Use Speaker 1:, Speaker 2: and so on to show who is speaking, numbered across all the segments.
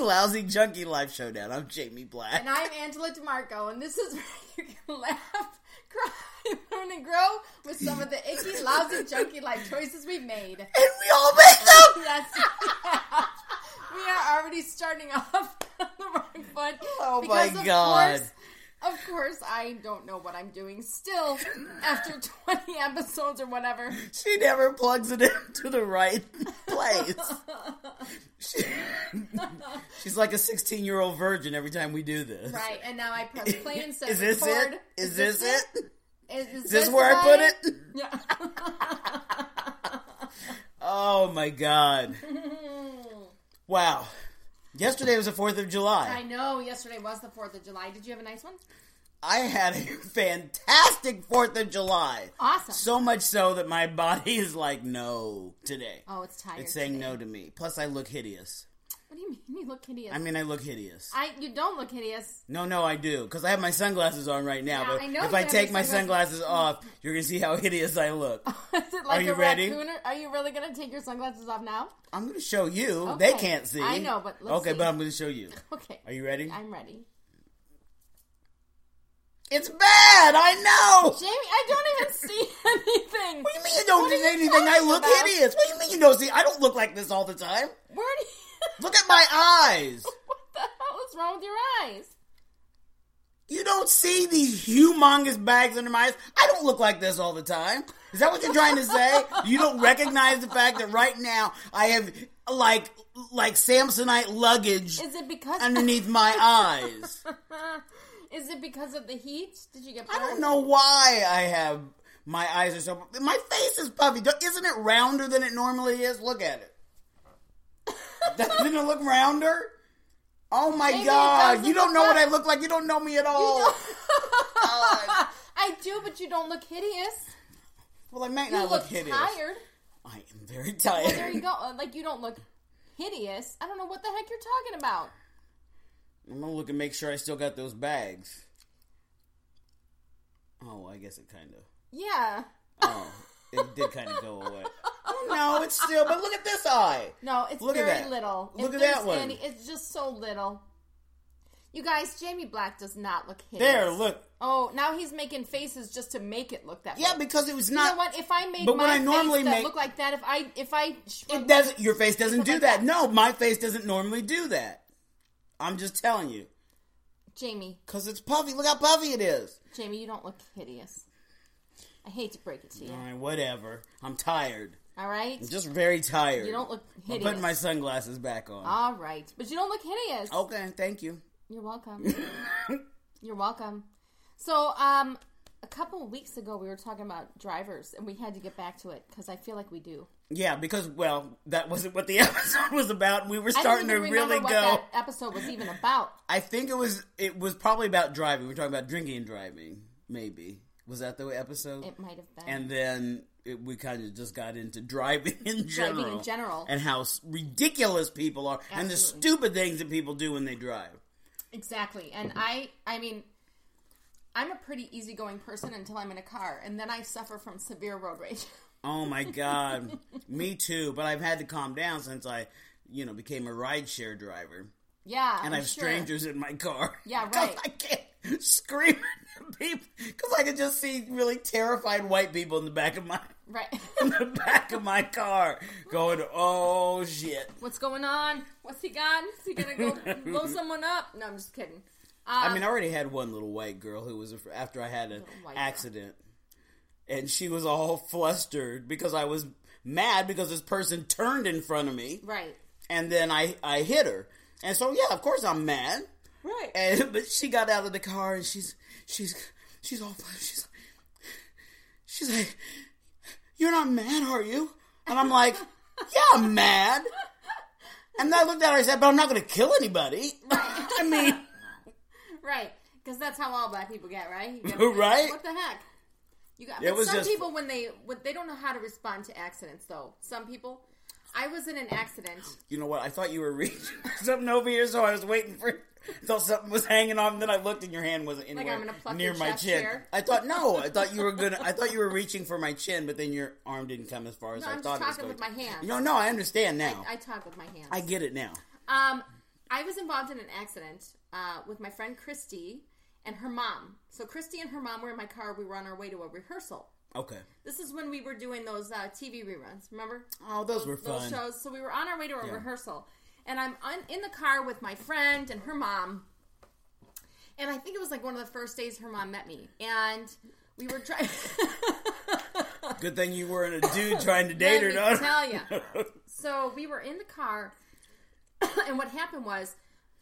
Speaker 1: Lousy Junkie Life Showdown. I'm Jamie Black.
Speaker 2: And I'm Angela DeMarco, and this is where you can laugh, cry, learn, and grow with some of the icky, lousy, junky life choices we've made.
Speaker 1: and we all make them!
Speaker 2: Yes, we, have. We are already starting off on the wrong foot.
Speaker 1: Oh
Speaker 2: because,
Speaker 1: my
Speaker 2: of
Speaker 1: God.
Speaker 2: Course, of course, I don't know what I'm doing still after 20 episodes or whatever.
Speaker 1: She never plugs it into the right place. She- she's like a 16 year old virgin every time we do this.
Speaker 2: Right, and now I press play and set
Speaker 1: Is this
Speaker 2: record.
Speaker 1: it? Is this it?
Speaker 2: Is, is
Speaker 1: Is this where I put
Speaker 2: right?
Speaker 1: it?
Speaker 2: Yeah.
Speaker 1: Oh my god. Wow. Yesterday was the 4th of
Speaker 2: I
Speaker 1: July.
Speaker 2: know yesterday was the 4th of July. Did you have a nice one?
Speaker 1: I had a fantastic 4th of July.
Speaker 2: Awesome.
Speaker 1: So much so that my body is like, no, today.
Speaker 2: oh, it's tired.
Speaker 1: It's saying
Speaker 2: today.
Speaker 1: no to me. Plus, I look hideous.
Speaker 2: What do you mean you look hideous?
Speaker 1: I mean, I look hideous.
Speaker 2: I you don't look hideous.
Speaker 1: No, no, I do. Because I have my sunglasses on right now.
Speaker 2: Yeah,
Speaker 1: but
Speaker 2: I know
Speaker 1: if
Speaker 2: you
Speaker 1: I
Speaker 2: have
Speaker 1: take
Speaker 2: your
Speaker 1: my
Speaker 2: sunglasses-
Speaker 1: sunglasses off, you're going to see how hideous I look.
Speaker 2: Is it like
Speaker 1: Are you
Speaker 2: a
Speaker 1: ready?
Speaker 2: raccoon? Or, are you really gonna take your sunglasses off now?
Speaker 1: I'm going to show you.
Speaker 2: Okay.
Speaker 1: They can't see.
Speaker 2: I know, but let's
Speaker 1: Okay,
Speaker 2: see.
Speaker 1: but I'm going to show you.
Speaker 2: Okay.
Speaker 1: Are you ready?
Speaker 2: I'm ready.
Speaker 1: It's bad. I know.
Speaker 2: Jamie, I don't even see anything.
Speaker 1: What do you mean you don't
Speaker 2: What
Speaker 1: do
Speaker 2: are you
Speaker 1: anything? I
Speaker 2: talking
Speaker 1: look
Speaker 2: about?
Speaker 1: hideous. What do you mean you don't see? I don't look like this all the time.
Speaker 2: Where do you,
Speaker 1: Look at my eyes.
Speaker 2: What the hell is wrong with your eyes?
Speaker 1: You don't see these humongous bags under my eyes. I don't look like this all the time. Is that what you're trying to say? You don't recognize the fact that right now I have like like Samsonite luggage
Speaker 2: Is it because
Speaker 1: underneath my eyes.
Speaker 2: Is it because of the heat? Did you get
Speaker 1: I
Speaker 2: burned?
Speaker 1: don't know why I have my eyes are so. My face is puffy. Don't- Isn't it rounder than it normally is? Look at it. Doesn't it look rounder? Oh my
Speaker 2: Maybe it
Speaker 1: god!
Speaker 2: doesn't
Speaker 1: You don't
Speaker 2: look
Speaker 1: know what I
Speaker 2: like-
Speaker 1: look like. You don't know me at all. God.
Speaker 2: I do, but you don't look hideous.
Speaker 1: Well, I might
Speaker 2: You
Speaker 1: not
Speaker 2: look,
Speaker 1: look, hideous.
Speaker 2: tired.
Speaker 1: I am very tired.
Speaker 2: There you go. Uh, Like you don't look hideous. I don't know what the heck you're talking about.
Speaker 1: I'm gonna look and make sure I still got those bags. Oh, I guess it kind of.
Speaker 2: Yeah.
Speaker 1: Oh, it did kind of go away. Oh no, it's still. But look at this eye.
Speaker 2: No, it's
Speaker 1: Look at
Speaker 2: very
Speaker 1: that.
Speaker 2: little. If
Speaker 1: Look at
Speaker 2: there's
Speaker 1: that one.
Speaker 2: any- it's just so little. You guys, Jamie Black does not look hideous.
Speaker 1: There, look.
Speaker 2: Oh, now he's making faces just to make it look that way.
Speaker 1: Yeah, because it was
Speaker 2: you
Speaker 1: not.
Speaker 2: know what? If I made
Speaker 1: but
Speaker 2: my
Speaker 1: what I
Speaker 2: face
Speaker 1: normally
Speaker 2: that
Speaker 1: make-
Speaker 2: look like that, if I if I shrunk-
Speaker 1: It doesn't. Your face doesn't do
Speaker 2: like
Speaker 1: that.
Speaker 2: that.
Speaker 1: No, my face doesn't normally do that. I'm just telling you,
Speaker 2: Jamie,
Speaker 1: cause it's puffy. Look how puffy it is.
Speaker 2: Jamie, you don't look hideous. I hate to break it to you.
Speaker 1: All right, whatever. I'm tired.
Speaker 2: All right,
Speaker 1: I'm just very tired.
Speaker 2: you don't look
Speaker 1: I'm
Speaker 2: hideous. Ah.
Speaker 1: putting my Oh, sunglasses back on.
Speaker 2: All right, but you don't look hideous.
Speaker 1: okay, thank you.
Speaker 2: You're welcome. You're welcome. So, um, a couple of weeks ago, we were talking about drivers, and we had to get back to it because I feel like we do.
Speaker 1: Yeah, because well, that wasn't what the episode was about. and We were
Speaker 2: I
Speaker 1: starting
Speaker 2: don't
Speaker 1: to
Speaker 2: even remember
Speaker 1: really go.
Speaker 2: what that episode was even about.
Speaker 1: I think it was it was probably about driving. We were talking about drinking and driving. Maybe was that the episode?
Speaker 2: It might have been.
Speaker 1: and then it, we kind of just got into driving in general,
Speaker 2: Driving in general.
Speaker 1: and how s- ridiculous people are, and the
Speaker 2: Absolutely.
Speaker 1: stupid things that people do when they drive.
Speaker 2: Exactly. And I I mean I'm a pretty easygoing person until I'm in a car and then I suffer from severe road rage.
Speaker 1: Oh my god, me too. But I've had to calm down since I, you know, became a rideshare driver,
Speaker 2: yeah.
Speaker 1: and I have strangers in my car.
Speaker 2: Yeah,
Speaker 1: 'Cause
Speaker 2: right.
Speaker 1: I can't scream at people because I can just see really terrified white people in the back of my.
Speaker 2: Right.
Speaker 1: In the back of my car, going, oh shit!
Speaker 2: What's going on? What's he got? Is he gonna go blow someone up? No, I'm just kidding. Um,
Speaker 1: I mean, I already had one little white girl who was af- after I had an
Speaker 2: white girl.
Speaker 1: accident, and she was all flustered because I was mad because this person turned in front of me,
Speaker 2: Right.
Speaker 1: and then I I hit her, and so yeah, of course I'm mad.
Speaker 2: Right.
Speaker 1: And but she got out of the car and she's she's she's all she's she's like, "You're not mad, are you?" And I'm like, "Yeah, I'm mad." And then I looked at her. I said, "But I'm not going to kill anybody." I mean.
Speaker 2: right. Because that's how all black people get, right? You get-
Speaker 1: Right.
Speaker 2: What the heck? You got
Speaker 1: It
Speaker 2: but
Speaker 1: was
Speaker 2: some
Speaker 1: just-
Speaker 2: people when they when they don't know how to respond to accidents though. Some people I was in an accident.
Speaker 1: you know what? I thought you were reaching something over here, so I was waiting for. I thought something was hanging off, and then I looked, and your hand wasn't anywhere
Speaker 2: I'm gonna pluck
Speaker 1: near
Speaker 2: your
Speaker 1: my
Speaker 2: chest
Speaker 1: chin.
Speaker 2: here.
Speaker 1: I thought no, I thought you were gonna. I thought you were reaching for my chin, but then your arm didn't come as far as
Speaker 2: No,
Speaker 1: I
Speaker 2: I'm
Speaker 1: thought
Speaker 2: just
Speaker 1: it was
Speaker 2: talking
Speaker 1: going.
Speaker 2: with my hands.
Speaker 1: No, no, I understand now.
Speaker 2: I talk with my hands.
Speaker 1: I, get it now.
Speaker 2: Um, I was involved in an accident uh, with my friend Christy and her mom. So Christy and her mom were in my car. We were on our way to a rehearsal.
Speaker 1: Okay.
Speaker 2: This is when we were doing those uh, TV reruns. Remember?
Speaker 1: Oh, those, were
Speaker 2: those
Speaker 1: fun.
Speaker 2: shows. So we were on our way to a
Speaker 1: Yeah.
Speaker 2: rehearsal, and I'm on, in the car with my friend and her mom. And I think it was like one of the first days her mom met me, and we were driving.
Speaker 1: Good thing you weren't a dude trying to date her,
Speaker 2: Let me
Speaker 1: daughter.
Speaker 2: tell you. So we were in the car, and what happened was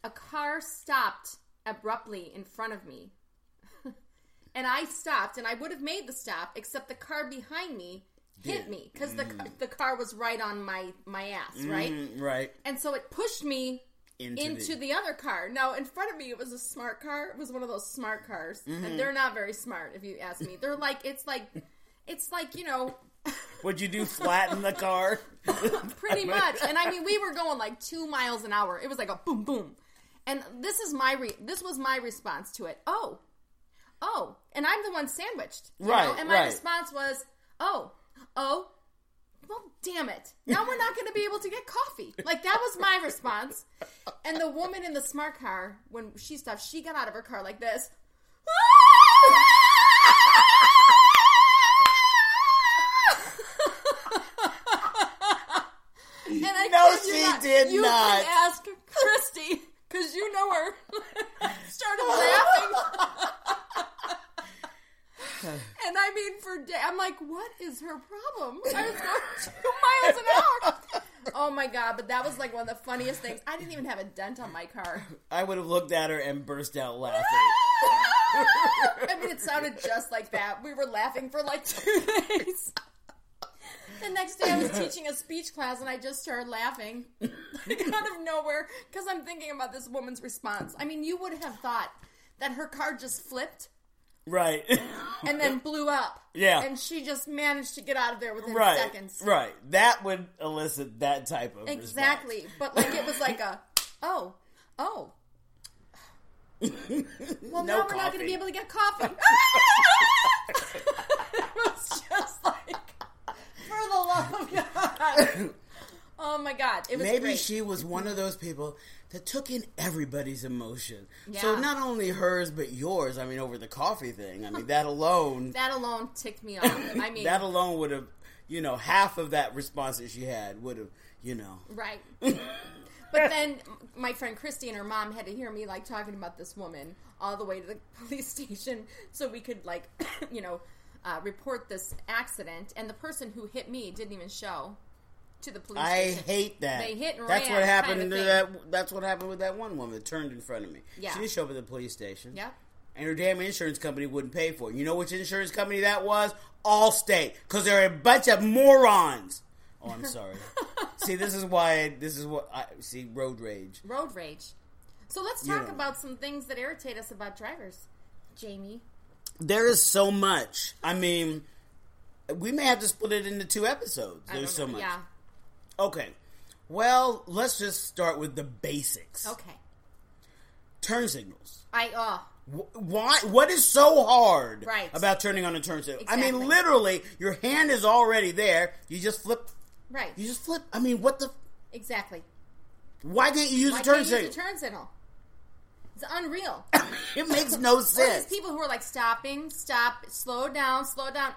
Speaker 2: a car stopped abruptly in front of me. and I stopped, and I would have made the stop, except the car behind me hit
Speaker 1: Did.
Speaker 2: me because the, ca- the car was right on my, my ass, right?
Speaker 1: Mm, right.
Speaker 2: And so it pushed me
Speaker 1: Into,
Speaker 2: into
Speaker 1: the,
Speaker 2: the other car. Now, in front of me, it was a smart car. It was one of those smart cars,
Speaker 1: Mm-hmm.
Speaker 2: and they're not very smart, if you ask me. They're like it's like it's like you know,
Speaker 1: What'd you do? Flatten the car?
Speaker 2: pretty much. And I mean, we were going like two miles an hour. It was like a boom boom, and this is my re- this was my response to it. Oh, oh, and I'm the one sandwiched, you know?
Speaker 1: Right,
Speaker 2: And my
Speaker 1: right.
Speaker 2: response was, oh, oh. Well, damn it. Now we're not going to be able to get coffee. Like, that was my response. And the woman in the smart car, when she stopped, she got out of her car like this. and I
Speaker 1: No,
Speaker 2: kid you
Speaker 1: she did
Speaker 2: you
Speaker 1: not.
Speaker 2: Can ask Christy, because you know her. Started laughing. And I mean, for day, I'm like, what is her problem? I was going two miles an hour. Oh my god! But that was like one of the funniest things. I didn't even have a dent on my car.
Speaker 1: I would have looked at her and burst out laughing.
Speaker 2: I mean, it sounded just like that. We were laughing for like two days. The next day, I was teaching a speech class, and I just started laughing like, out of nowhere because I'm thinking about this woman's response. I mean, you would have thought that her car just flipped
Speaker 1: Right.
Speaker 2: and then blew up.
Speaker 1: Uh, Yeah.
Speaker 2: and she just managed to get out of there within
Speaker 1: right.
Speaker 2: seconds.
Speaker 1: Right. That would elicit that type of
Speaker 2: Exactly, but like it was like a oh oh. Well,
Speaker 1: No
Speaker 2: now we're not going to
Speaker 1: coffee.
Speaker 2: be able to get coffee. it was just like for the love of God. Oh my God, it was
Speaker 1: Maybe
Speaker 2: great.
Speaker 1: she was one of those people that took in everybody's emotion.
Speaker 2: Yeah.
Speaker 1: So not only hers, but yours. I mean, over the coffee thing. I mean, that alone,
Speaker 2: that alone ticked me off. I mean,
Speaker 1: that alone would have, you know, half of that response that she had would have, you know.
Speaker 2: Right. but then my friend Christy and her mom had to hear me like talking about this woman all the way to the police station so we could like, you know, uh, report this accident. And the person who hit me didn't even show to the police.
Speaker 1: I
Speaker 2: station.
Speaker 1: hate that.
Speaker 2: They hit and
Speaker 1: That's
Speaker 2: ran
Speaker 1: what
Speaker 2: kind
Speaker 1: happened
Speaker 2: of
Speaker 1: to
Speaker 2: thing.
Speaker 1: that. That's what happened with that one woman that turned in front of me.
Speaker 2: Yeah.
Speaker 1: She didn't show up at the police station.
Speaker 2: Yep.
Speaker 1: And her damn insurance company wouldn't pay for it. You know which insurance company that was? Allstate, because they're a bunch of morons. Oh, I'm sorry. see, this is why. This is what I see. Road rage.
Speaker 2: Road rage. So let's talk
Speaker 1: Yeah.
Speaker 2: about some things that irritate us about drivers. Jamie.
Speaker 1: There is so much. I mean, we may have to split it into two episodes.
Speaker 2: I don't
Speaker 1: There's so
Speaker 2: know.
Speaker 1: much.
Speaker 2: Yeah.
Speaker 1: Okay. Well, let's just start with the basics.
Speaker 2: Okay.
Speaker 1: Turn signals.
Speaker 2: I, oh,
Speaker 1: Wh- Why? What is so hard
Speaker 2: Right.
Speaker 1: about turning on a turn signal? I
Speaker 2: Exactly.
Speaker 1: mean, literally, your hand is already there. You just flip.
Speaker 2: right.
Speaker 1: You just flip. I mean, what the?
Speaker 2: Exactly.
Speaker 1: Why can't you use
Speaker 2: Why
Speaker 1: a turn
Speaker 2: can't you
Speaker 1: signal?
Speaker 2: use a turn signal? It's unreal.
Speaker 1: it makes no
Speaker 2: Or these
Speaker 1: sense.
Speaker 2: people who are like stopping, stop, slow down, slow down.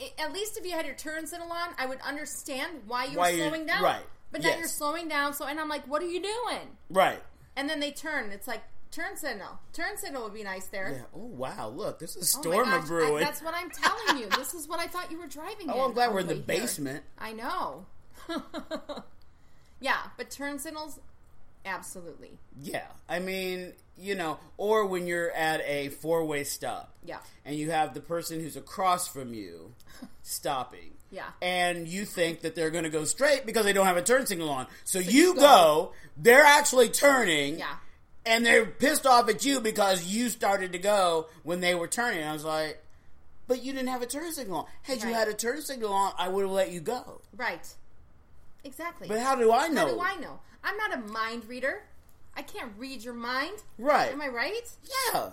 Speaker 2: I- At least if you had your turn signal on, I would understand why you were
Speaker 1: Why you-
Speaker 2: slowing down.
Speaker 1: right,
Speaker 2: But now
Speaker 1: yes.
Speaker 2: you're slowing down, so and I'm like, what are you doing?
Speaker 1: Right.
Speaker 2: And then they turn. It's like turn signal. Turn signal would be nice there.
Speaker 1: Yeah. Oh wow! Look, there's a
Speaker 2: Oh my
Speaker 1: storm
Speaker 2: gosh,
Speaker 1: of
Speaker 2: I-
Speaker 1: brewing.
Speaker 2: that's what I'm telling you. This is what I thought you were driving.
Speaker 1: oh,
Speaker 2: in
Speaker 1: I'm glad we're in
Speaker 2: on
Speaker 1: the
Speaker 2: way here.
Speaker 1: basement.
Speaker 2: I know. yeah, but turn signals, absolutely.
Speaker 1: Yeah. I mean, you know, or when you're at a four-way stop.
Speaker 2: Yeah.
Speaker 1: And you have the person who's across from you stopping.
Speaker 2: Yeah.
Speaker 1: And you think that they're going to go straight because they don't have a turn signal on. So, you
Speaker 2: you
Speaker 1: go.
Speaker 2: go.
Speaker 1: they're actually turning.
Speaker 2: Yeah.
Speaker 1: And they're pissed off at you because you started to go when they were turning. I was like, but you didn't have a turn signal on. Had you
Speaker 2: Right.
Speaker 1: had a turn signal on, I would have let you go.
Speaker 2: Right. Exactly.
Speaker 1: But how do I know?
Speaker 2: How do I know? I'm not a mind reader. I can't read your mind.
Speaker 1: Right.
Speaker 2: Am I right?
Speaker 1: yeah.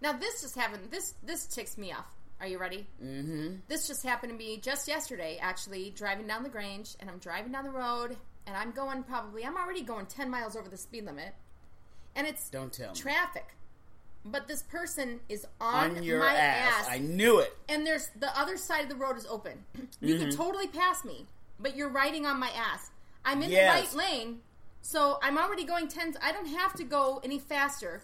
Speaker 2: Now this just happened. This this ticks me off. Are you ready? Mm-hmm. This just happened to me just yesterday. Actually, driving down the Grange, and I'm driving down the road, and I'm going probably. I'm already going ten miles over the speed limit, and it's
Speaker 1: Don't tell me.
Speaker 2: traffic. But this person is on,
Speaker 1: on, your
Speaker 2: my
Speaker 1: ass.
Speaker 2: ass,
Speaker 1: I knew it.
Speaker 2: and there's the other side of the road is open. You
Speaker 1: Mm-hmm.
Speaker 2: can totally pass me, but you're riding on my ass. I'm in
Speaker 1: Yes.
Speaker 2: the right lane, so I'm already going tens. I don't have to go any faster.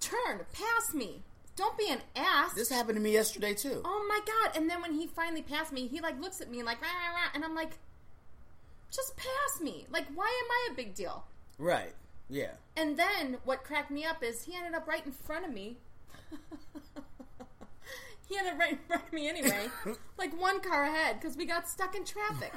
Speaker 2: Turn, pass me. Don't be an ass.
Speaker 1: This happened to me yesterday too.
Speaker 2: oh my god! And then when he finally passed me, he like looks at me and like, rah, rah, rah, and I'm like, just pass me. Like, why am I a big deal?
Speaker 1: Right. Yeah.
Speaker 2: And then what cracked me up is he ended up right in front of me. he ended up right in front of me anyway, like one car ahead because we got stuck in traffic.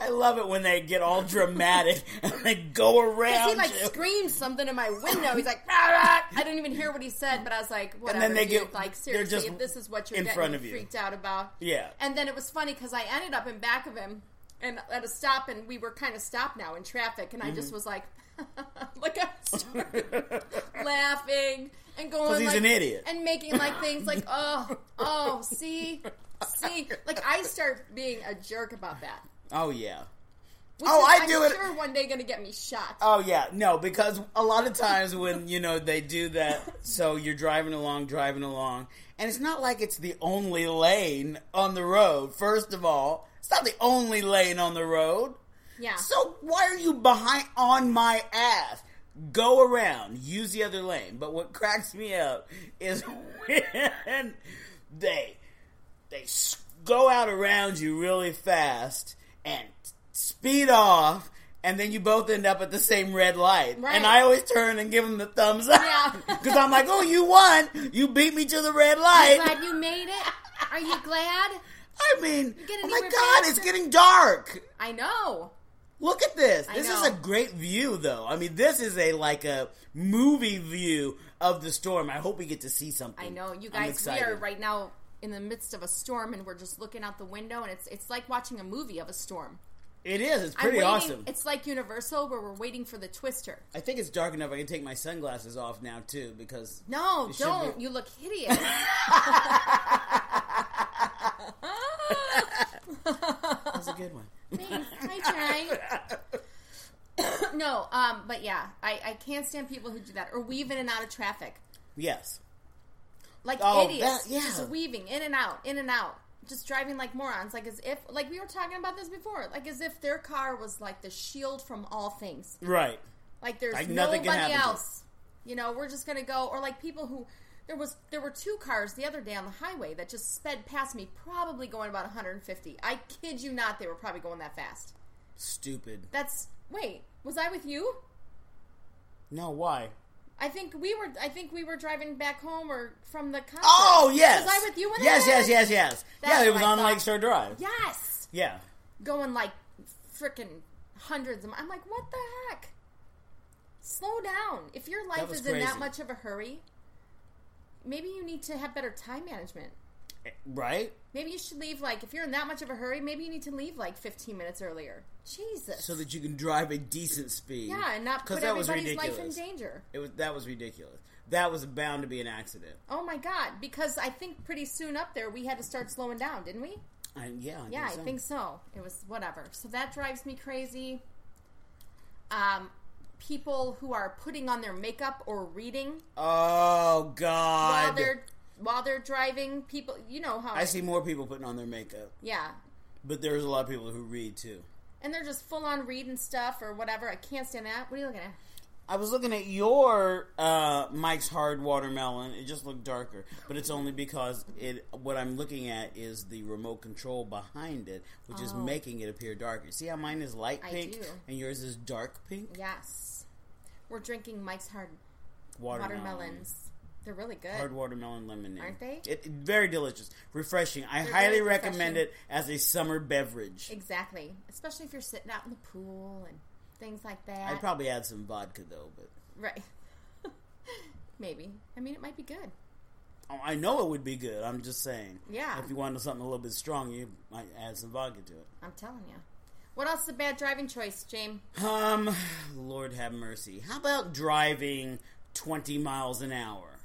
Speaker 1: I love it when they get all dramatic and they go around
Speaker 2: he like
Speaker 1: you.
Speaker 2: screamed something in my window. He's like, "Rah, rah." I didn't even hear what he said, but I was like, whatever.
Speaker 1: then they
Speaker 2: dude.
Speaker 1: get-
Speaker 2: like
Speaker 1: they're
Speaker 2: seriously,
Speaker 1: just
Speaker 2: if this is what you're
Speaker 1: in
Speaker 2: getting
Speaker 1: front of you.
Speaker 2: freaked out about.
Speaker 1: Yeah.
Speaker 2: And then it was funny because I ended up in back of him and at a stop, and we were kind of stopped now in traffic, and I
Speaker 1: Mm-hmm.
Speaker 2: just was like, like I started laughing and going
Speaker 1: 'Cause he's
Speaker 2: like,
Speaker 1: an idiot.
Speaker 2: and making like things like, oh, oh, see, see, like I start being a jerk about that.
Speaker 1: Oh yeah.
Speaker 2: Which
Speaker 1: Oh,
Speaker 2: is,
Speaker 1: I
Speaker 2: am
Speaker 1: do it-
Speaker 2: Sure, one day going to get me shot.
Speaker 1: Oh yeah. No, because a lot of times when you know they do that, so you're driving along, driving along, and it's not like it's the only lane on the road. First of all, it's not the only lane on the road.
Speaker 2: yeah.
Speaker 1: So why are you behind on my ass? Go around, use the other lane. But what cracks me up is when they they s- go out around you really fast and speed off, and then you both end up at the same red light.
Speaker 2: Right.
Speaker 1: And I always turn and give them the thumbs up
Speaker 2: Yeah.
Speaker 1: because I'm like, "Oh, you won! You beat me to the red light."
Speaker 2: glad you made it. Are you glad?
Speaker 1: I mean,
Speaker 2: Get
Speaker 1: oh my
Speaker 2: anywhere
Speaker 1: god,
Speaker 2: faster?
Speaker 1: it's getting dark.
Speaker 2: I know.
Speaker 1: Look at this. This is
Speaker 2: know.
Speaker 1: a great view, though. I mean, this is a like a movie view of the storm. I hope we get to see something.
Speaker 2: I know. You
Speaker 1: I'm
Speaker 2: guys, we are
Speaker 1: excited.
Speaker 2: right now in the midst of a storm, and we're just looking out the window, and it's it's like watching a movie of a storm.
Speaker 1: It is. It's
Speaker 2: I'm
Speaker 1: pretty
Speaker 2: waiting,
Speaker 1: awesome.
Speaker 2: It's like Universal, where we're waiting for the twister.
Speaker 1: I think it's dark enough. I can take my sunglasses off now too because
Speaker 2: No,
Speaker 1: It should
Speaker 2: don't.
Speaker 1: be-
Speaker 2: You look hideous.
Speaker 1: that was a good one.
Speaker 2: Thanks. I try. no, um, but yeah, I, I can't stand people who do that or weave in and out of traffic.
Speaker 1: yes.
Speaker 2: like
Speaker 1: Oh,
Speaker 2: idiots,
Speaker 1: that- yeah.
Speaker 2: just weaving in and out, in and out, just driving like morons, like as if, like we were talking about this before, like as if their car was like the shield from all things,
Speaker 1: Right.
Speaker 2: like there's
Speaker 1: Like nothing
Speaker 2: nobody
Speaker 1: can happen to them.
Speaker 2: else. You know, we're just gonna go, or like people who there was there were two cars the other day on the highway that just sped past me, probably going about 150. I kid you not, they were probably going that fast.
Speaker 1: Stupid.
Speaker 2: That's wait, was I with you?
Speaker 1: No. Why?
Speaker 2: I think we were. I think we were driving back home or from the concert.
Speaker 1: Oh yes.
Speaker 2: Was I with you when that
Speaker 1: Yes. Yes.
Speaker 2: happened?
Speaker 1: Yes. Yes.
Speaker 2: That's
Speaker 1: yeah. It
Speaker 2: what
Speaker 1: was
Speaker 2: I
Speaker 1: on
Speaker 2: thought.
Speaker 1: Lake Shore Drive.
Speaker 2: Yes.
Speaker 1: Yeah.
Speaker 2: going like freaking hundreds of mi- I'm like, what the heck? Slow down. If your life
Speaker 1: was
Speaker 2: is in
Speaker 1: crazy.
Speaker 2: that much of a hurry, maybe you need to have better time management.
Speaker 1: Eh, Right.
Speaker 2: Maybe you should leave like if you're in that much of a hurry, maybe you need to leave like 15 minutes earlier. Jesus.
Speaker 1: So that you can drive at decent speed.
Speaker 2: yeah, and not
Speaker 1: 'Cause
Speaker 2: put
Speaker 1: that was
Speaker 2: everybody's life in
Speaker 1: ridiculous.
Speaker 2: danger.
Speaker 1: It was that was ridiculous. That was bound to be an accident.
Speaker 2: Oh my god, because I think pretty soon up there we had to start slowing down, didn't we?
Speaker 1: I, yeah, I think
Speaker 2: Yeah,
Speaker 1: so.
Speaker 2: I think so. It was whatever. So that drives me crazy. Um, people who are putting on their makeup or reading
Speaker 1: Oh
Speaker 2: while
Speaker 1: God!
Speaker 2: they're while they're driving, people, you know how
Speaker 1: I see more people putting on their makeup,
Speaker 2: Yeah,
Speaker 1: but there's a lot of people who read too.
Speaker 2: and they're just full on reading stuff or whatever. I can't stand that. What are you looking at?
Speaker 1: I was looking at your uh, Mike's Hard Watermelon. It just looked darker, but it's only because it. What I'm looking at is the remote control behind it, which is
Speaker 2: Oh.
Speaker 1: making it appear darker. See how mine is light
Speaker 2: I
Speaker 1: pink
Speaker 2: do.
Speaker 1: and yours is dark pink.
Speaker 2: Yes, we're drinking Mike's Hard watermelons. They're really good.
Speaker 1: hard watermelon lemonade.
Speaker 2: Uh, Aren't they?
Speaker 1: It, it- very delicious, refreshing. I
Speaker 2: They're
Speaker 1: highly
Speaker 2: very
Speaker 1: recommend it
Speaker 2: refreshing.
Speaker 1: as a summer beverage.
Speaker 2: Exactly, especially if you're sitting out in the pool and things like that.
Speaker 1: I'd probably add some vodka though, but
Speaker 2: right. Maybe. I mean, it might be good.
Speaker 1: oh, I know it would be good. I'm just saying.
Speaker 2: Yeah.
Speaker 1: If you wanted something a little bit strong, you might add some vodka to it.
Speaker 2: I'm telling you. What else is a bad driving choice, James?
Speaker 1: Um, Lord have mercy. How about driving 20 miles an hour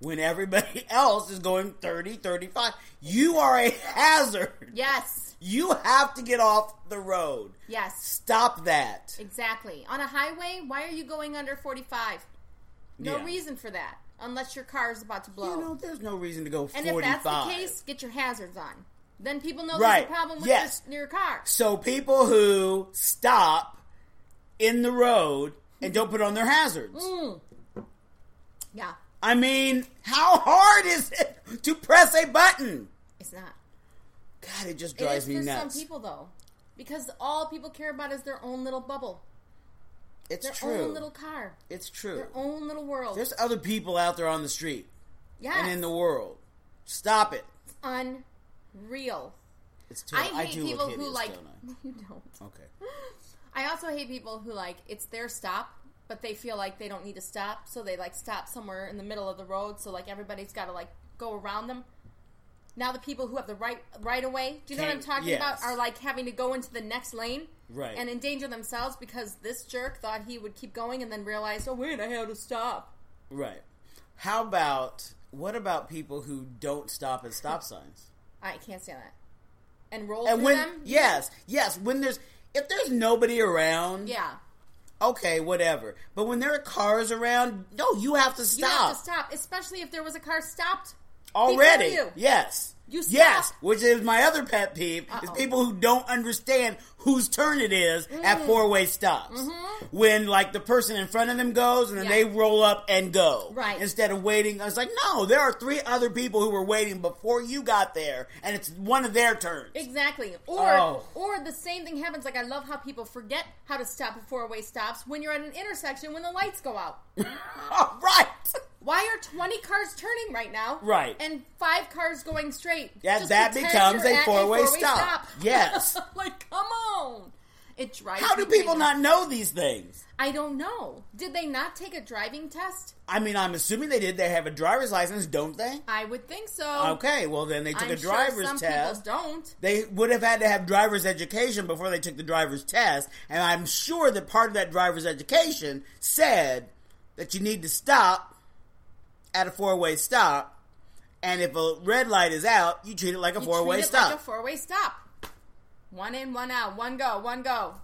Speaker 1: when everybody else is going 30, 35? You are a hazard.
Speaker 2: Yes.
Speaker 1: You have to get off the road.
Speaker 2: Yes,
Speaker 1: Stop that.
Speaker 2: exactly. On a highway, why are you going under 45? No
Speaker 1: Yeah.
Speaker 2: reason for that, unless your car is about to blow.
Speaker 1: You know, there's no reason to go
Speaker 2: and
Speaker 1: 45.
Speaker 2: if that's the case, get your hazards on. Then people know
Speaker 1: Right.
Speaker 2: there's a problem with
Speaker 1: Yes.
Speaker 2: your, your car.
Speaker 1: So people who stop in the road and don't put on their hazards.
Speaker 2: Mm. Hmm. Yeah,
Speaker 1: I mean, how hard is it to press a button?
Speaker 2: it's not.
Speaker 1: God, it just
Speaker 2: It
Speaker 1: drives
Speaker 2: is
Speaker 1: me
Speaker 2: for
Speaker 1: nuts.
Speaker 2: some people though, because all people care about is their own little bubble,
Speaker 1: it's
Speaker 2: their
Speaker 1: true.
Speaker 2: own little car,
Speaker 1: it's true.
Speaker 2: their own little world.
Speaker 1: There's other people out there on the street
Speaker 2: yeah,
Speaker 1: and in the world. Stop it.
Speaker 2: unreal.
Speaker 1: It's
Speaker 2: I
Speaker 1: terrible.
Speaker 2: hate
Speaker 1: do look
Speaker 2: people who
Speaker 1: hideous,
Speaker 2: like.
Speaker 1: don't
Speaker 2: you don't.
Speaker 1: I? Okay.
Speaker 2: I also hate people who like it's their stop, but they feel like they don't need to stop, so they like stop somewhere in the middle of the road, so like everybody's got to like go around them. Now the people who have the right right of way, do you know what I'm
Speaker 1: Can't-
Speaker 2: talking
Speaker 1: yes.
Speaker 2: about? Are like having to go into the next lane,
Speaker 1: Right.
Speaker 2: and endanger themselves because this jerk thought he would keep going and then realized, oh wait, I had to stop.
Speaker 1: Right. How about what about people who don't stop at stop signs?
Speaker 2: I can't stand that. And roll
Speaker 1: And
Speaker 2: through
Speaker 1: when
Speaker 2: them.
Speaker 1: yes, yes, when there's if there's nobody around,
Speaker 2: yeah,
Speaker 1: okay, whatever. But when there are cars around, no, you have to
Speaker 2: you have
Speaker 1: stop
Speaker 2: to stop, especially if there was a car stopped.
Speaker 1: already.
Speaker 2: before you.
Speaker 1: Yes.
Speaker 2: You stop.
Speaker 1: Yes, which is my other pet peeve is
Speaker 2: Uh-oh.
Speaker 1: people who don't understand whose turn it is
Speaker 2: Mm.
Speaker 1: at four-way stops. When like the person in front of them goes and then
Speaker 2: Mm-hmm. Yeah.
Speaker 1: they roll up and go.
Speaker 2: Right.
Speaker 1: Instead of waiting, I was like, "No, there are three other people who were waiting before you got there and it's one of their turns."
Speaker 2: Exactly. Or
Speaker 1: Oh.
Speaker 2: or the same thing happens. Like I love how people forget how to stop at four way stops when you're at an intersection when the lights go out.
Speaker 1: right.
Speaker 2: Why are twenty cars turning right now?
Speaker 1: Right.
Speaker 2: And five cars going straight.
Speaker 1: Yeah,
Speaker 2: Just
Speaker 1: that
Speaker 2: pretend
Speaker 1: becomes
Speaker 2: you're
Speaker 1: a
Speaker 2: at
Speaker 1: four-way stop. Yes.
Speaker 2: like come on. It drives.
Speaker 1: How
Speaker 2: me
Speaker 1: do people
Speaker 2: crazy.
Speaker 1: not know these things?
Speaker 2: I don't know. Did they not take a driving test?
Speaker 1: I mean, I'm assuming they did. They have a driver's license, don't they?
Speaker 2: I would think so.
Speaker 1: Okay, well then they took
Speaker 2: Um, I'm
Speaker 1: a driver's
Speaker 2: sure some
Speaker 1: test.
Speaker 2: people don't.
Speaker 1: They would have had to have driver's education before they took the driver's test, and I'm sure that part of that driver's education said that you need to stop at a four-way stop, and if a red light is out, you treat it like a
Speaker 2: You
Speaker 1: four-way
Speaker 2: treat it
Speaker 1: stop.
Speaker 2: Like a four-way stop. One in, one out, one go, one go.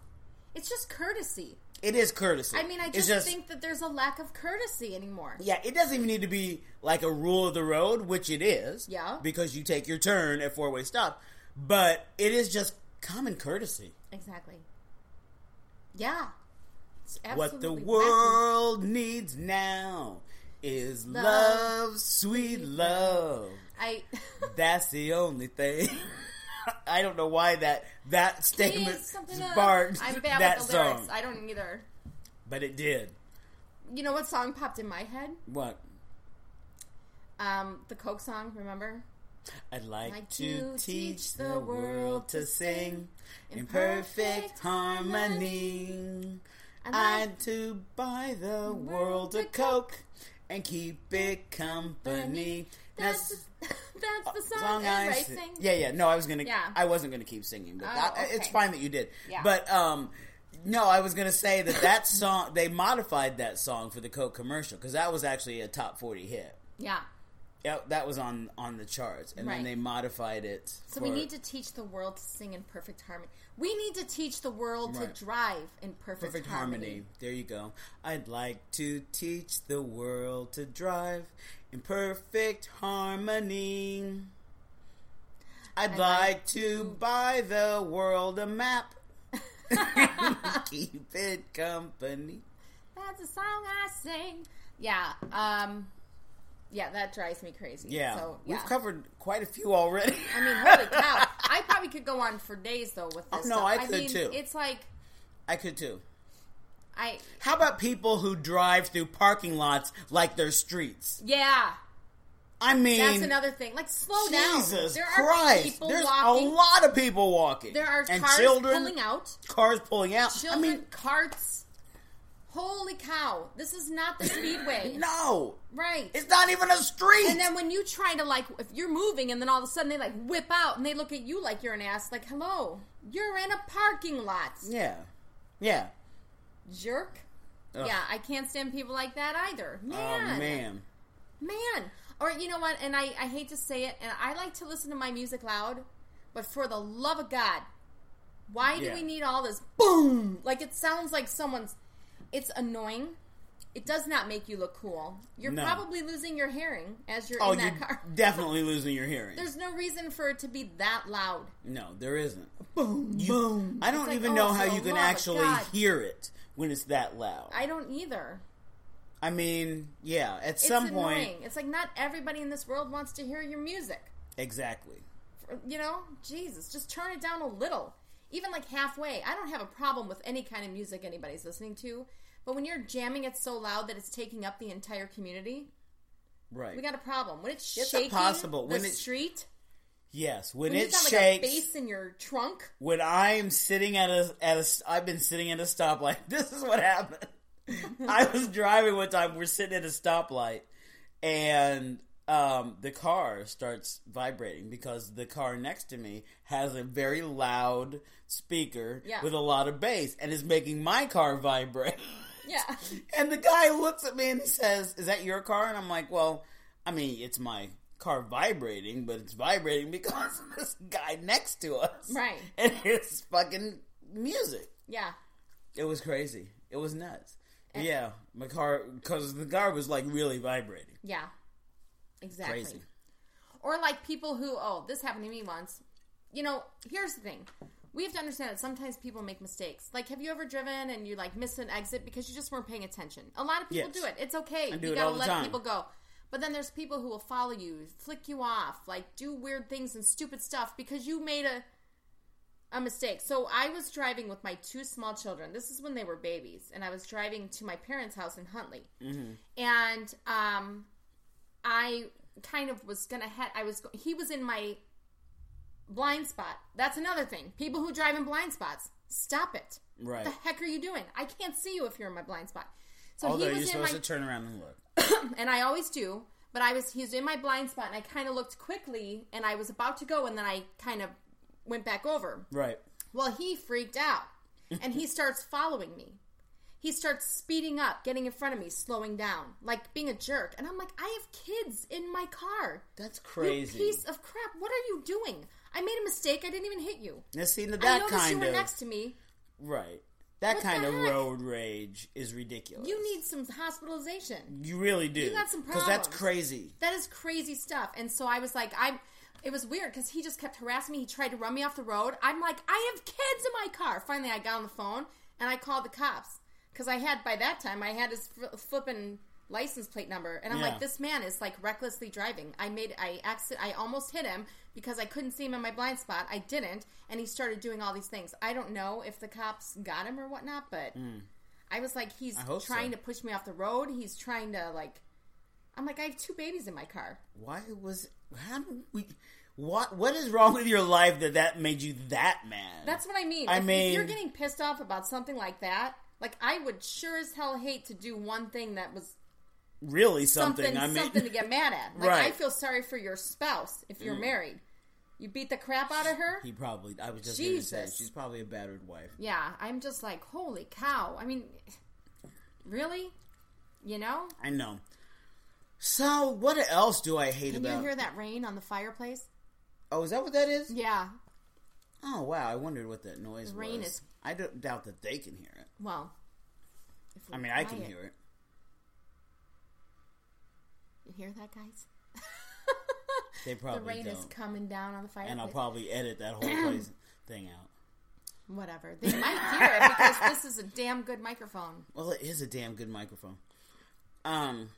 Speaker 2: It's just courtesy.
Speaker 1: it is courtesy.
Speaker 2: I mean, I
Speaker 1: It's
Speaker 2: just, think that there's a lack of courtesy anymore.
Speaker 1: Yeah, it doesn't even need to be like a rule of the road, which it is.
Speaker 2: Yeah.
Speaker 1: Because you take your turn at four way stop. But it is just common courtesy.
Speaker 2: Exactly. Yeah. It's
Speaker 1: what the
Speaker 2: absolutely wacky.
Speaker 1: world needs now is love,
Speaker 2: Love.
Speaker 1: sweet love.
Speaker 2: I
Speaker 1: That's the only thing. I don't know why that that statement
Speaker 2: Please, something else.
Speaker 1: sparked
Speaker 2: I'm bad
Speaker 1: that
Speaker 2: with the lyrics.
Speaker 1: song,
Speaker 2: I don't either.
Speaker 1: but it did.
Speaker 2: You know what song popped in my head?
Speaker 1: What?
Speaker 2: Um, the Coke song. Remember?
Speaker 1: I'd like,
Speaker 2: Like
Speaker 1: to
Speaker 2: to
Speaker 1: teach
Speaker 2: teach
Speaker 1: the
Speaker 2: the
Speaker 1: world
Speaker 2: world
Speaker 1: to
Speaker 2: to
Speaker 1: sing
Speaker 2: in
Speaker 1: in perfect
Speaker 2: perfect
Speaker 1: harmony.
Speaker 2: like
Speaker 1: I'd to buy the world a
Speaker 2: to
Speaker 1: coke and keep it company.
Speaker 2: That's
Speaker 1: That's
Speaker 2: that's the
Speaker 1: the
Speaker 2: song,
Speaker 1: song I
Speaker 2: I'm racing.
Speaker 1: sing. Yeah, yeah. No, I was gonna.
Speaker 2: Yeah.
Speaker 1: I wasn't gonna keep singing, but
Speaker 2: Oh,
Speaker 1: that, it's
Speaker 2: okay.
Speaker 1: fine that you did.
Speaker 2: Yeah.
Speaker 1: But um, no, I was gonna say that that song they modified that song for the Coke commercial because that was actually a top forty hit.
Speaker 2: Yeah.
Speaker 1: Yeah, that was on on the charts, and then
Speaker 2: Right.
Speaker 1: they modified it.
Speaker 2: So we
Speaker 1: for-
Speaker 2: need to teach the world to sing in perfect harmony. We need to teach the world
Speaker 1: Right.
Speaker 2: to drive in perfect,
Speaker 1: Perfect
Speaker 2: harmony.
Speaker 1: harmony. There you go. I'd like to teach the world to drive in perfect harmony. I'd like, to buy the world a map. Keep it company.
Speaker 2: That's a song I sing. Yeah. Um. Yeah, that drives me crazy.
Speaker 1: Yeah.
Speaker 2: So yeah.
Speaker 1: We've covered quite a few already.
Speaker 2: I mean, holy cow! I probably could go on for days though with this.
Speaker 1: Oh, no,
Speaker 2: stuff.
Speaker 1: I could,
Speaker 2: mean,
Speaker 1: too.
Speaker 2: It's like
Speaker 1: I could too.
Speaker 2: I.
Speaker 1: How about people who drive through parking lots like they're streets?
Speaker 2: Yeah.
Speaker 1: I mean,
Speaker 2: That's another thing. Like, slow down.
Speaker 1: Jesus
Speaker 2: There are
Speaker 1: Christ!
Speaker 2: people
Speaker 1: There's
Speaker 2: walking.
Speaker 1: a lot of people walking.
Speaker 2: There are
Speaker 1: and
Speaker 2: cars
Speaker 1: children
Speaker 2: pulling out.
Speaker 1: Cars pulling out.
Speaker 2: Children,
Speaker 1: I mean,
Speaker 2: carts. Holy cow! This is not the speedway,
Speaker 1: no,
Speaker 2: right?
Speaker 1: it's not even a street.
Speaker 2: And then when you try to like, if you're moving, and then all of a sudden they like whip out and they look at you like you're an ass. Like, hello, you're in a parking lot,
Speaker 1: yeah, yeah.
Speaker 2: jerk.
Speaker 1: Ugh.
Speaker 2: Yeah, I can't stand people like that either. Man,
Speaker 1: Oh man.
Speaker 2: man. Or you know what? And I, I hate to say it, and I like to listen to my music loud, But for the love of God, why do
Speaker 1: Yeah.
Speaker 2: we need all this?
Speaker 1: Boom.
Speaker 2: Like it sounds like someone's. It's annoying. It does not make you look cool. You're
Speaker 1: No.
Speaker 2: probably losing your hearing as you're
Speaker 1: Oh,
Speaker 2: in that
Speaker 1: you're
Speaker 2: car.
Speaker 1: definitely losing your hearing.
Speaker 2: There's no reason for it to be that loud.
Speaker 1: no, there isn't. Boom, boom. I don't
Speaker 2: like,
Speaker 1: even
Speaker 2: oh,
Speaker 1: know
Speaker 2: for
Speaker 1: how
Speaker 2: the
Speaker 1: you can
Speaker 2: love of
Speaker 1: actually
Speaker 2: God.
Speaker 1: hear it when it's that loud. I,
Speaker 2: I don't either.
Speaker 1: mean, yeah, at
Speaker 2: It's
Speaker 1: some point,
Speaker 2: annoying. It's like not everybody in this world wants to hear your music.
Speaker 1: exactly.
Speaker 2: You know, Jesus, just turn it down a little. Even like halfway. I don't have a problem with any kind of music anybody's listening to, but when you're jamming it so loud that it's taking up the entire community,
Speaker 1: Right.
Speaker 2: we got a problem. When it's
Speaker 1: It's
Speaker 2: shaking
Speaker 1: impossible.
Speaker 2: the
Speaker 1: When it-
Speaker 2: street,
Speaker 1: yes, when
Speaker 2: when
Speaker 1: it
Speaker 2: you've got like a
Speaker 1: shakes.
Speaker 2: bass in your trunk,
Speaker 1: when I'm sitting at a at a I've been sitting at a stoplight. This is what happened. I was driving one time. We're sitting at a stoplight, and um, the car starts vibrating because the car next to me has a very loud speaker
Speaker 2: Yeah.
Speaker 1: with a lot of bass, and is making my car vibrate.
Speaker 2: yeah.
Speaker 1: And the guy looks at me and says, "Is that your car?" And I'm like, "Well, I mean, it's my car vibrating, but it's vibrating because of this guy next to us,
Speaker 2: Right.
Speaker 1: And his fucking music.
Speaker 2: Yeah.
Speaker 1: It was crazy. It was nuts. yeah, my car because the car was like really vibrating.
Speaker 2: Yeah. Exactly.
Speaker 1: Crazy.
Speaker 2: Or like people who, oh, this happened to me once. You know, here's the thing. We have to understand that sometimes people make mistakes. Like, have you ever driven and you like miss an exit because you just weren't paying attention? A lot of people
Speaker 1: Yes.
Speaker 2: do it. It's okay.
Speaker 1: do
Speaker 2: you
Speaker 1: it
Speaker 2: gotta
Speaker 1: all the
Speaker 2: let
Speaker 1: time.
Speaker 2: people go. But then there's people who will follow you, flick you off, like do weird things and stupid stuff because you made a a mistake. So I was driving with my two small children. This is when they were babies, and I was driving to my parents' house in Huntley.
Speaker 1: Mm-hmm.
Speaker 2: And um, I kind of was gonna head. I was he was in my blind spot. That's another thing. People who drive in blind spots, stop it.
Speaker 1: Right.
Speaker 2: What the heck are you doing? I can't see you if you're in my blind spot. So
Speaker 1: Although
Speaker 2: he
Speaker 1: you're
Speaker 2: was in
Speaker 1: supposed
Speaker 2: my
Speaker 1: to turn around and look.
Speaker 2: and I always do. But I was he was in my blind spot, and I kind of looked quickly, and I was about to go, and then I kind of went back over.
Speaker 1: Right.
Speaker 2: Well, he freaked out and he starts following me. He starts speeding up, getting in front of me, slowing down, like being a jerk. And I'm like, I have kids in my car.
Speaker 1: That's
Speaker 2: You
Speaker 1: crazy.
Speaker 2: piece of crap. What are you doing? I made a mistake. I didn't even hit you.
Speaker 1: Now, see, now
Speaker 2: I
Speaker 1: that
Speaker 2: noticed you
Speaker 1: kind
Speaker 2: were
Speaker 1: of
Speaker 2: next to me.
Speaker 1: right, that
Speaker 2: What the
Speaker 1: kind of
Speaker 2: heck?
Speaker 1: road rage is ridiculous.
Speaker 2: You need some hospitalization.
Speaker 1: You really do.
Speaker 2: got some
Speaker 1: that's
Speaker 2: problems.
Speaker 1: crazy.
Speaker 2: That is crazy stuff. And so I was like, I'm. It was weird because he just kept harassing me. He tried to run me off the road. I'm like, I have kids in my car. Finally, I got on the phone and I called the cops because I had by that time I had his fl- flipping license plate number, and I'm
Speaker 1: Yeah.
Speaker 2: like, this man is like recklessly driving. I made I accident. I almost hit him because I couldn't see him in my blind spot. I didn't, and he started doing all these things. I don't know if the cops got him or whatnot, but I was like, he's
Speaker 1: hope so.
Speaker 2: trying to push me off the road. He's trying to like. I'm like, I have two babies in my car.
Speaker 1: Why was how do we? What what is wrong with your life that that made you that mad?
Speaker 2: That's what I mean.
Speaker 1: I
Speaker 2: if,
Speaker 1: mean-
Speaker 2: if you're getting pissed off about something like that, like I would sure as hell hate to do one thing that was
Speaker 1: really something.
Speaker 2: something, something,
Speaker 1: I mean,
Speaker 2: to get mad at. Like I
Speaker 1: Right. Mm.
Speaker 2: feel sorry for your spouse if you're married. You beat the crap out of her.
Speaker 1: he probably. I was just going to say
Speaker 2: Jesus.
Speaker 1: she's probably a battered wife.
Speaker 2: Yeah, I'm just like, holy cow. I mean, really? You know?
Speaker 1: I know. So what else do I hate
Speaker 2: Can
Speaker 1: about?
Speaker 2: you hear that rain on the fireplace?
Speaker 1: Oh, is that what that is?
Speaker 2: Yeah.
Speaker 1: Oh wow, I wondered what that noise
Speaker 2: Rain
Speaker 1: was.
Speaker 2: is-
Speaker 1: I don't doubt that they can hear it.
Speaker 2: Well, if
Speaker 1: I
Speaker 2: we're
Speaker 1: mean, I can
Speaker 2: quiet-
Speaker 1: hear it.
Speaker 2: You hear that, guys?
Speaker 1: They probably
Speaker 2: The rain
Speaker 1: don't.
Speaker 2: is coming down on the fireplace.
Speaker 1: and I'll probably edit that whole place thing out.
Speaker 2: Whatever. They might hear it because this is a damn good microphone.
Speaker 1: Well, it is a damn good microphone. Um,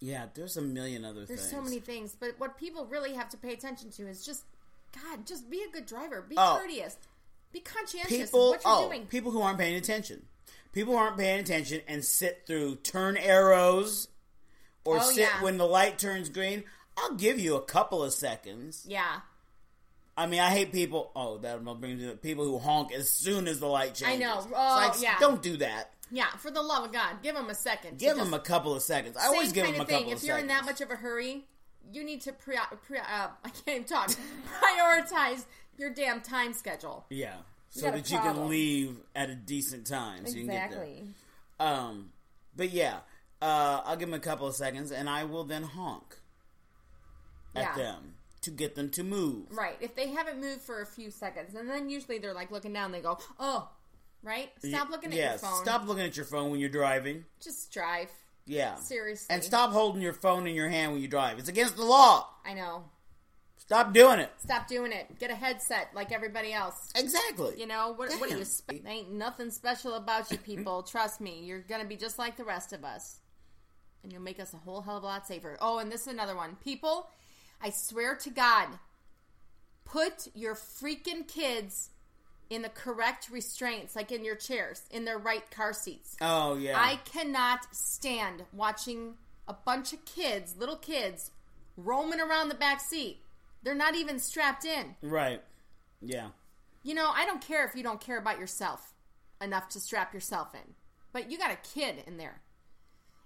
Speaker 1: yeah, there's a million other
Speaker 2: There's
Speaker 1: things.
Speaker 2: so many things, but what people really have to pay attention to is just, God, just be a good driver. Be
Speaker 1: Oh.
Speaker 2: courteous. Be conscientious
Speaker 1: people.
Speaker 2: of what
Speaker 1: Oh,
Speaker 2: you're doing.
Speaker 1: people who aren't paying attention. People who aren't paying attention and sit through turn arrows or
Speaker 2: Oh,
Speaker 1: sit
Speaker 2: yeah.
Speaker 1: when the light turns green. I'll give you a couple of seconds.
Speaker 2: yeah,
Speaker 1: I mean, I hate people. Oh, that brings me to people who honk as soon as the light changes.
Speaker 2: I know.
Speaker 1: It's
Speaker 2: Oh,
Speaker 1: like,
Speaker 2: yeah.
Speaker 1: Don't do that.
Speaker 2: yeah. For the love of God, give them a second. to
Speaker 1: Give
Speaker 2: just-
Speaker 1: them a couple of seconds. I always
Speaker 2: same
Speaker 1: give
Speaker 2: kind
Speaker 1: them a
Speaker 2: of thing.
Speaker 1: couple
Speaker 2: If
Speaker 1: of
Speaker 2: you're
Speaker 1: seconds.
Speaker 2: in that much of a hurry, you need to pre, pre- uh, I can't even talk. prioritize your damn time schedule.
Speaker 1: yeah, so
Speaker 2: got a
Speaker 1: that you can
Speaker 2: problem.
Speaker 1: leave at a decent time. So you can get there.
Speaker 2: Exactly.
Speaker 1: Um, but yeah, uh, I'll give them a couple of seconds, and I will then honk at
Speaker 2: Yeah.
Speaker 1: them. to get them to move.
Speaker 2: Right. If they haven't moved for a few seconds, and then usually they're like looking down, they go, oh, right? Stop looking at
Speaker 1: yeah,
Speaker 2: your phone.
Speaker 1: stop looking at your phone when you're driving.
Speaker 2: Just drive.
Speaker 1: Yeah.
Speaker 2: Seriously.
Speaker 1: And stop holding your phone in your hand when you drive. It's against the law.
Speaker 2: I know.
Speaker 1: Stop doing it.
Speaker 2: Stop doing it. Get a headset like everybody else.
Speaker 1: Exactly.
Speaker 2: You know, what, what are you?
Speaker 1: Damn.
Speaker 2: Sp- ain't nothing special about you people. Trust me. You're going to be just like the rest of us. And you'll make us a whole hell of a lot safer. Oh, and this is another one. People, I swear to God, put your freaking kids in the correct restraints, like in your chairs, in their right car seats.
Speaker 1: Oh yeah.
Speaker 2: I cannot stand watching a bunch of kids, little kids, roaming around the back seat. They're not even strapped in.
Speaker 1: right. Yeah.
Speaker 2: You know, I don't care if you don't care about yourself enough to strap yourself in, but you got a kid in there.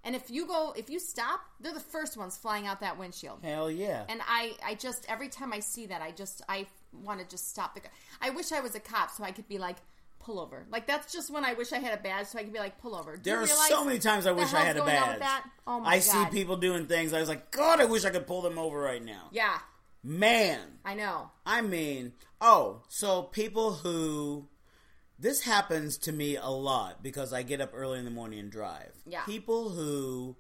Speaker 2: And if you go, if you stop, they're the first ones flying out that windshield.
Speaker 1: Hell yeah.
Speaker 2: And I, I just every time I see that, I just I want to just stop the. c- I wish I was a cop so I could be like pull over. Like that's just when I wish I had a badge so I could be like pull over. Do you
Speaker 1: there are
Speaker 2: realize
Speaker 1: so many times I
Speaker 2: the
Speaker 1: wish I
Speaker 2: hell's
Speaker 1: had a
Speaker 2: going on with
Speaker 1: badge.
Speaker 2: that? Oh my
Speaker 1: I
Speaker 2: god!
Speaker 1: see people doing things. I was like, God, I wish I could pull them over right now.
Speaker 2: Yeah,
Speaker 1: Man,
Speaker 2: I know.
Speaker 1: I mean, oh, so people who this happens to me a lot because I get up early in the morning and drive.
Speaker 2: Yeah.
Speaker 1: People who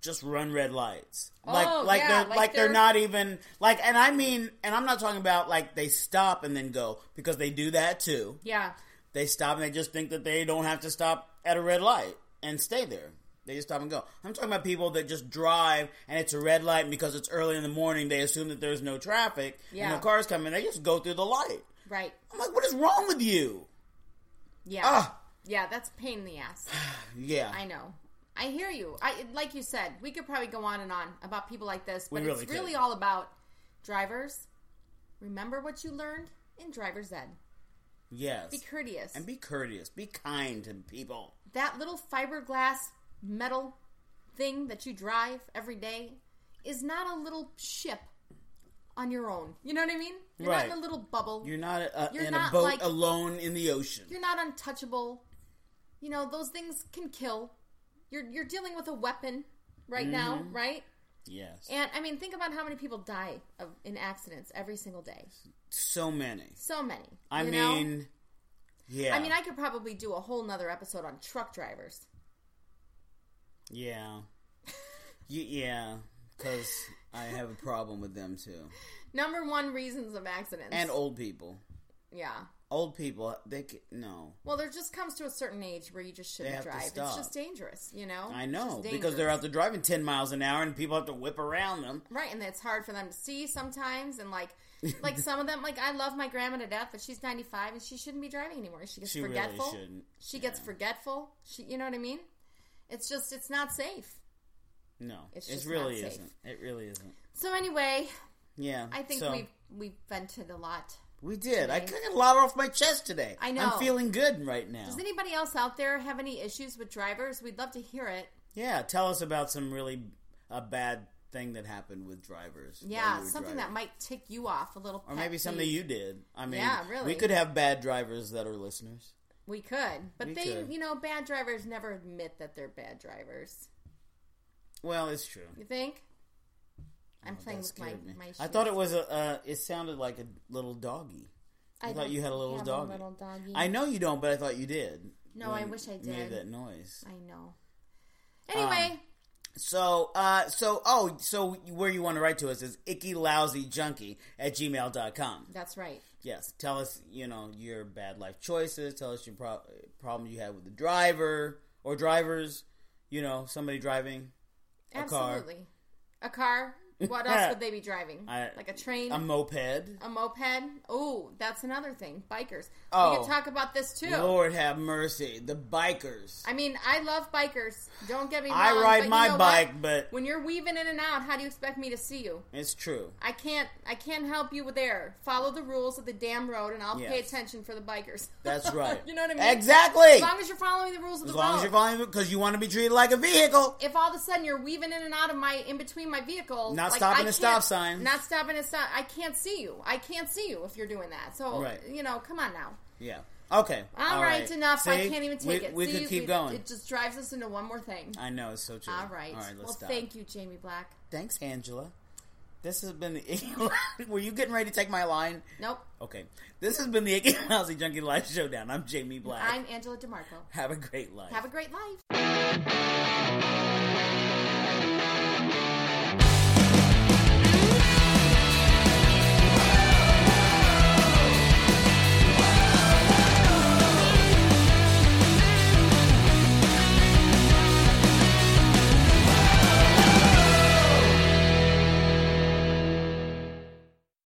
Speaker 1: just run red lights.
Speaker 2: Oh,
Speaker 1: like like
Speaker 2: yeah,
Speaker 1: they're
Speaker 2: like
Speaker 1: like, they're,
Speaker 2: they're-
Speaker 1: not even like and I mean and I'm not talking about like they stop and then go because they do that too.
Speaker 2: Yeah,
Speaker 1: They stop and they just think that they don't have to stop at a red light and stay there. They just stop and go. I'm talking about people that just drive and it's a red light and because it's early in the morning, they assume that there's no traffic
Speaker 2: Yeah.
Speaker 1: and no cars coming. They just go through the light.
Speaker 2: right.
Speaker 1: I'm like, what is wrong with you?
Speaker 2: Yeah,
Speaker 1: Ah,
Speaker 2: yeah. That's a pain in the ass.
Speaker 1: yeah.
Speaker 2: I know. I hear you. I like you said, we could probably go on and on about people like this, but
Speaker 1: really
Speaker 2: it's
Speaker 1: could.
Speaker 2: really all about drivers. Remember what you learned in driver's ed.
Speaker 1: yes.
Speaker 2: Be courteous.
Speaker 1: and be courteous. Be kind to people.
Speaker 2: that little fiberglass metal thing that you drive every day is not a little ship on your own. You know what I mean? You're not in
Speaker 1: Right.
Speaker 2: a little bubble. You're,
Speaker 1: You're not uh,
Speaker 2: You're
Speaker 1: in
Speaker 2: not
Speaker 1: a boat
Speaker 2: like-
Speaker 1: alone in the ocean.
Speaker 2: not untouchable. You know, those things can kill. You're you're dealing with a weapon right now,
Speaker 1: Mm-hmm.
Speaker 2: right?
Speaker 1: Yes.
Speaker 2: And I mean, think about how many people die of, in accidents every single day.
Speaker 1: so many.
Speaker 2: So many.
Speaker 1: I
Speaker 2: you know?
Speaker 1: mean, yeah.
Speaker 2: I mean, I could probably do a whole nother episode on truck drivers.
Speaker 1: Yeah. Y- yeah, because I have a problem with them too.
Speaker 2: Number one reasons of accidents.
Speaker 1: And old people.
Speaker 2: yeah.
Speaker 1: Old people, they c no.
Speaker 2: Well, there just comes to a certain age where you just shouldn't
Speaker 1: have to
Speaker 2: drive. It's
Speaker 1: stop.
Speaker 2: just dangerous, you know.
Speaker 1: I
Speaker 2: It's
Speaker 1: know
Speaker 2: just
Speaker 1: because they're
Speaker 2: dangerous.
Speaker 1: out there driving ten miles an hour, and people have to whip around them.
Speaker 2: right, and it's hard for them to see sometimes, and like, like some of them, like I love my grandma to death, but she's ninety five and she shouldn't be driving anymore. She gets
Speaker 1: She
Speaker 2: forgetful.
Speaker 1: really shouldn't.
Speaker 2: She gets forgetful. She, you know what I mean? It's just, it's not safe.
Speaker 1: No,
Speaker 2: It's
Speaker 1: it
Speaker 2: just
Speaker 1: really
Speaker 2: not safe.
Speaker 1: isn't. It really isn't.
Speaker 2: So anyway,
Speaker 1: Yeah,
Speaker 2: I think
Speaker 1: so,
Speaker 2: we've we've vented a lot.
Speaker 1: we did. I got a lot off my chest today.
Speaker 2: I know.
Speaker 1: I'm feeling good right now.
Speaker 2: Does anybody else out there have any issues with drivers? We'd love to hear it.
Speaker 1: yeah, tell us about some really a bad thing that happened with drivers. while
Speaker 2: Yeah,
Speaker 1: you were
Speaker 2: something
Speaker 1: driving.
Speaker 2: that might tick you off a little.
Speaker 1: or maybe something you did. I mean,
Speaker 2: Yeah, really.
Speaker 1: we could have bad drivers that are listeners.
Speaker 2: We could, but
Speaker 1: We
Speaker 2: they,
Speaker 1: could.
Speaker 2: you know, bad drivers never admit that they're bad drivers.
Speaker 1: Well, it's true.
Speaker 2: You think? I'm
Speaker 1: Oh,
Speaker 2: playing
Speaker 1: that
Speaker 2: with my,
Speaker 1: scared me.
Speaker 2: my. Shoes.
Speaker 1: I thought it was a. Uh, it sounded like a little doggy. I, thought
Speaker 2: don't
Speaker 1: you had a little
Speaker 2: have
Speaker 1: doggy.
Speaker 2: little doggy.
Speaker 1: I know you don't, but I thought you did.
Speaker 2: No,
Speaker 1: when
Speaker 2: I wish I
Speaker 1: you
Speaker 2: did.
Speaker 1: Made that Um, noise.
Speaker 2: I know. Anyway,
Speaker 1: So, uh, so oh, so where you want to write to us is ickylousyjunkie at gmail.com.
Speaker 2: that's right.
Speaker 1: Yes, tell us you know your bad life choices. Tell us your pro- problem you had with the driver or drivers. You know, somebody driving a car,
Speaker 2: Absolutely. A car. What else would they be driving?
Speaker 1: I- um,
Speaker 2: like a train,
Speaker 1: a
Speaker 2: a
Speaker 1: moped.
Speaker 2: moped. Oh, that's another thing. Bikers. we
Speaker 1: Oh.
Speaker 2: could talk about this too.
Speaker 1: Lord have mercy, the bikers.
Speaker 2: I mean, I love bikers. Don't get me wrong.
Speaker 1: I
Speaker 2: but
Speaker 1: ride
Speaker 2: you
Speaker 1: my
Speaker 2: know what?
Speaker 1: bike, but
Speaker 2: When you're weaving in and out, how do you expect me to see you?
Speaker 1: it's true.
Speaker 2: I can't. I can't help you with there. Follow the rules of the damn road, and I'll pay
Speaker 1: Yes.
Speaker 2: attention for the bikers.
Speaker 1: That's right.
Speaker 2: you know what I mean?
Speaker 1: Exactly.
Speaker 2: As long as you're following the rules of
Speaker 1: As
Speaker 2: the
Speaker 1: long
Speaker 2: road.
Speaker 1: as you're following, because you want to be treated like a vehicle.
Speaker 2: if all of a sudden you're weaving in and out of my in between my vehicles,
Speaker 1: Not
Speaker 2: like,
Speaker 1: stopping
Speaker 2: I
Speaker 1: at stop
Speaker 2: can't-
Speaker 1: signs.
Speaker 2: not stopping at stop, I can't see you. I can't see you if you're doing that. So
Speaker 1: Right.
Speaker 2: you know, come on now.
Speaker 1: Yeah. Okay.
Speaker 2: all right, enough. I
Speaker 1: See?
Speaker 2: can't even
Speaker 1: we,
Speaker 2: take it.
Speaker 1: We
Speaker 2: See,
Speaker 1: could keep going.
Speaker 2: It just drives us into one more thing.
Speaker 1: I know it's so true.
Speaker 2: All right.
Speaker 1: All right. Let's
Speaker 2: well,
Speaker 1: stop.
Speaker 2: thank you, Jamie Black.
Speaker 1: Thanks, Angela. This has been the Icky. Were you getting ready to take my line?
Speaker 2: Nope.
Speaker 1: Okay. This has been the Icky Lousy Junkie Life Showdown. I'm Jamie Black.
Speaker 2: I'm Angela DeMarco.
Speaker 1: Have a great life.
Speaker 2: Have a great life.